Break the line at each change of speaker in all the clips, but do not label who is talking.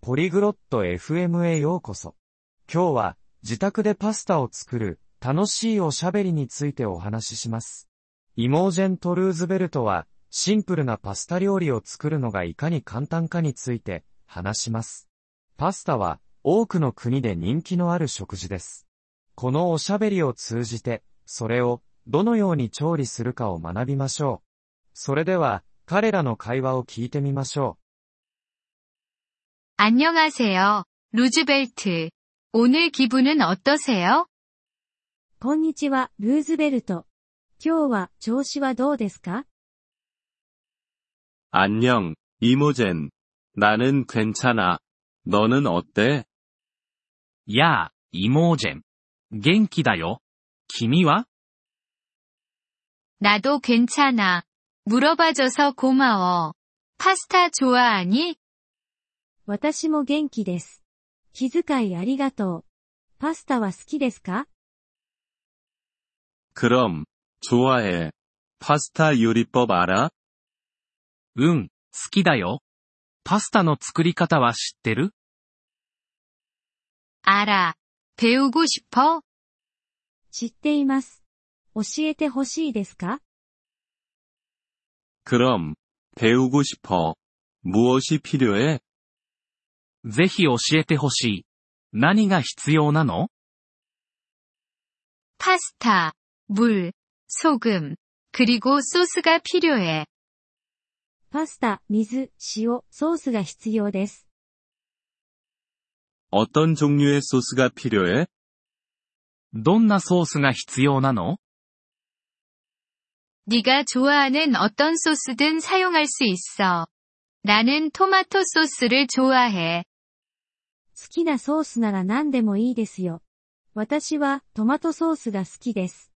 ポリグロット FM へようこそ。今日は自宅でパスタを作る楽しいおしゃべりについてお話しします。イモージェン・トルーズベルトはシンプルなパスタ料理を作るのがいかに簡単かについて話します。パスタは多くの国で人気のある食事です。このおしゃべりを通じて、それをどのように調理するかを学びましょう。それでは彼らの会話を聞いてみましょう。
안녕하세요, 루즈벨트. 오늘 기분은 어떠세요?
こんにちは、ルーズベルト。今日は調子はどうですか
안녕, 이모젠. 나는 괜찮아. 너는 어때?
やあ、イモージェン。元気だよ。君は
나도 괜찮아. 물어봐줘서 고마워. 파스타 좋아하니?
私も元気です。気遣いありがとう。パスタは好きですか
그럼, 좋아해. 파스타 요리법 알아?
うん、好きだよ。パスタの作り方は知ってる
알아. 배우고 싶어?
知っています。教えてほしいですか
그럼, 배우고 싶어. 무엇이 필요해?
ぜひ教えてほしい。何が必要なの
파스타, 물, 소금, 그리고 소스가 필요해.
パスタ、水、塩、ソースが必要です。
어떤 종류의 소스가 필요해?
どんなソースが必要なの
네가 좋아하는 어떤 소스든 사용할 수 있어. 나는 토마토 소스를 좋아해.
好きなソースなら何でもいいですよ。私はトマトソースが好きです。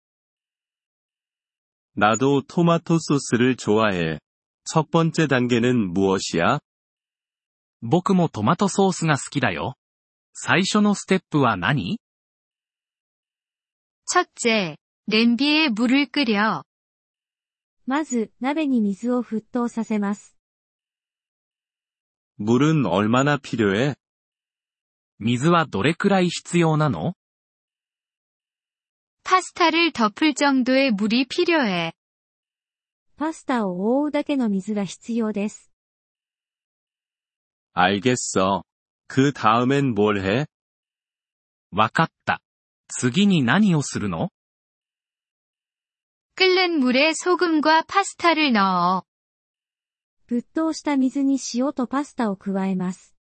나도 토마토 소스를 좋아해. 첫 번째 단계는 무엇이야?
僕もトマトソースが好きだよ。最初のステップは何
첫째, 냄비에 물을 끓여.
まず、鍋に水を沸騰させます。
물은 얼마나 필요해?
水はどれくらい必要なの
파스타를 덮을 정도의 물이 필요해.
パスタを覆うだけの水が必要です。
알겠어. 그 다음엔 뭘 해?
わかった。次に何をするの
끓는 물에 소금과 파스타를 넣어.
沸騰した水に塩とパスタを加えます。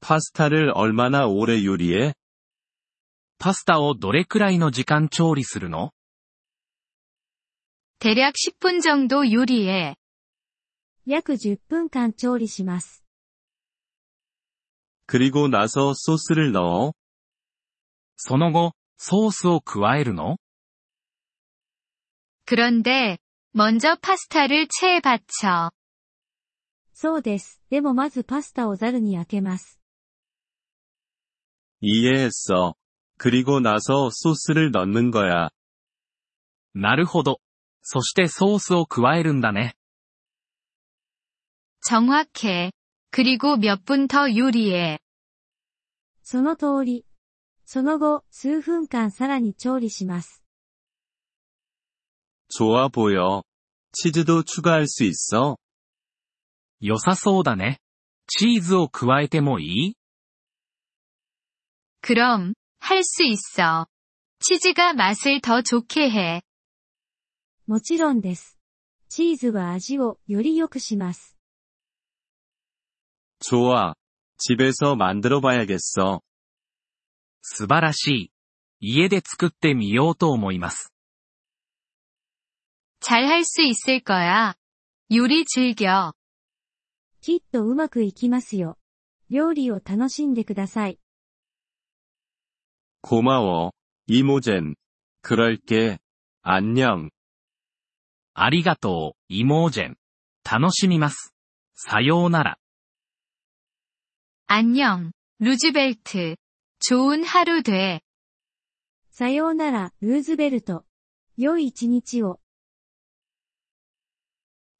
파스타를 얼마나 오래 요리해?
パスタをどれくらいの時間調理するの
대략 10분 정도 요리해.
約10分間調理します。
그리고 나서 소스를 넣어.
その後、ソースを加えるの
그런데 먼저 파스타를 체에 받쳐.
そうです。でもまずパスタをザルに開けます。
이해했어. 그리고 나서 소스를 넣는 거야.
なるほど。そしてソースを加えるんだね。
정확해. 그리고 몇 분 더 요리해.
その通り。その後、数分間さらに調理します。
좋아 보여. 치즈도 추가할 수 있어?
良さそうだね。チーズを加えてもいい
그럼 할 수 있어. 치즈가 맛을 더 좋게 해.
もちろんです。チーズは味をより良くします。
좋아. 집에서 만들어 봐야겠어.
素晴らしい。家で作ってみようと思います。
잘 할 수 있을 거야. 요리 즐겨.
きっとうまくいきますよ。料理を楽しんでください。
고마워. 이모젠. 그럴게. 안녕.
ありがとう、イモージェン。楽しみます。さようなら。
안녕, 루즈벨트. 좋은 하루 돼.
さようなら、ルーズベルト。良い一日を。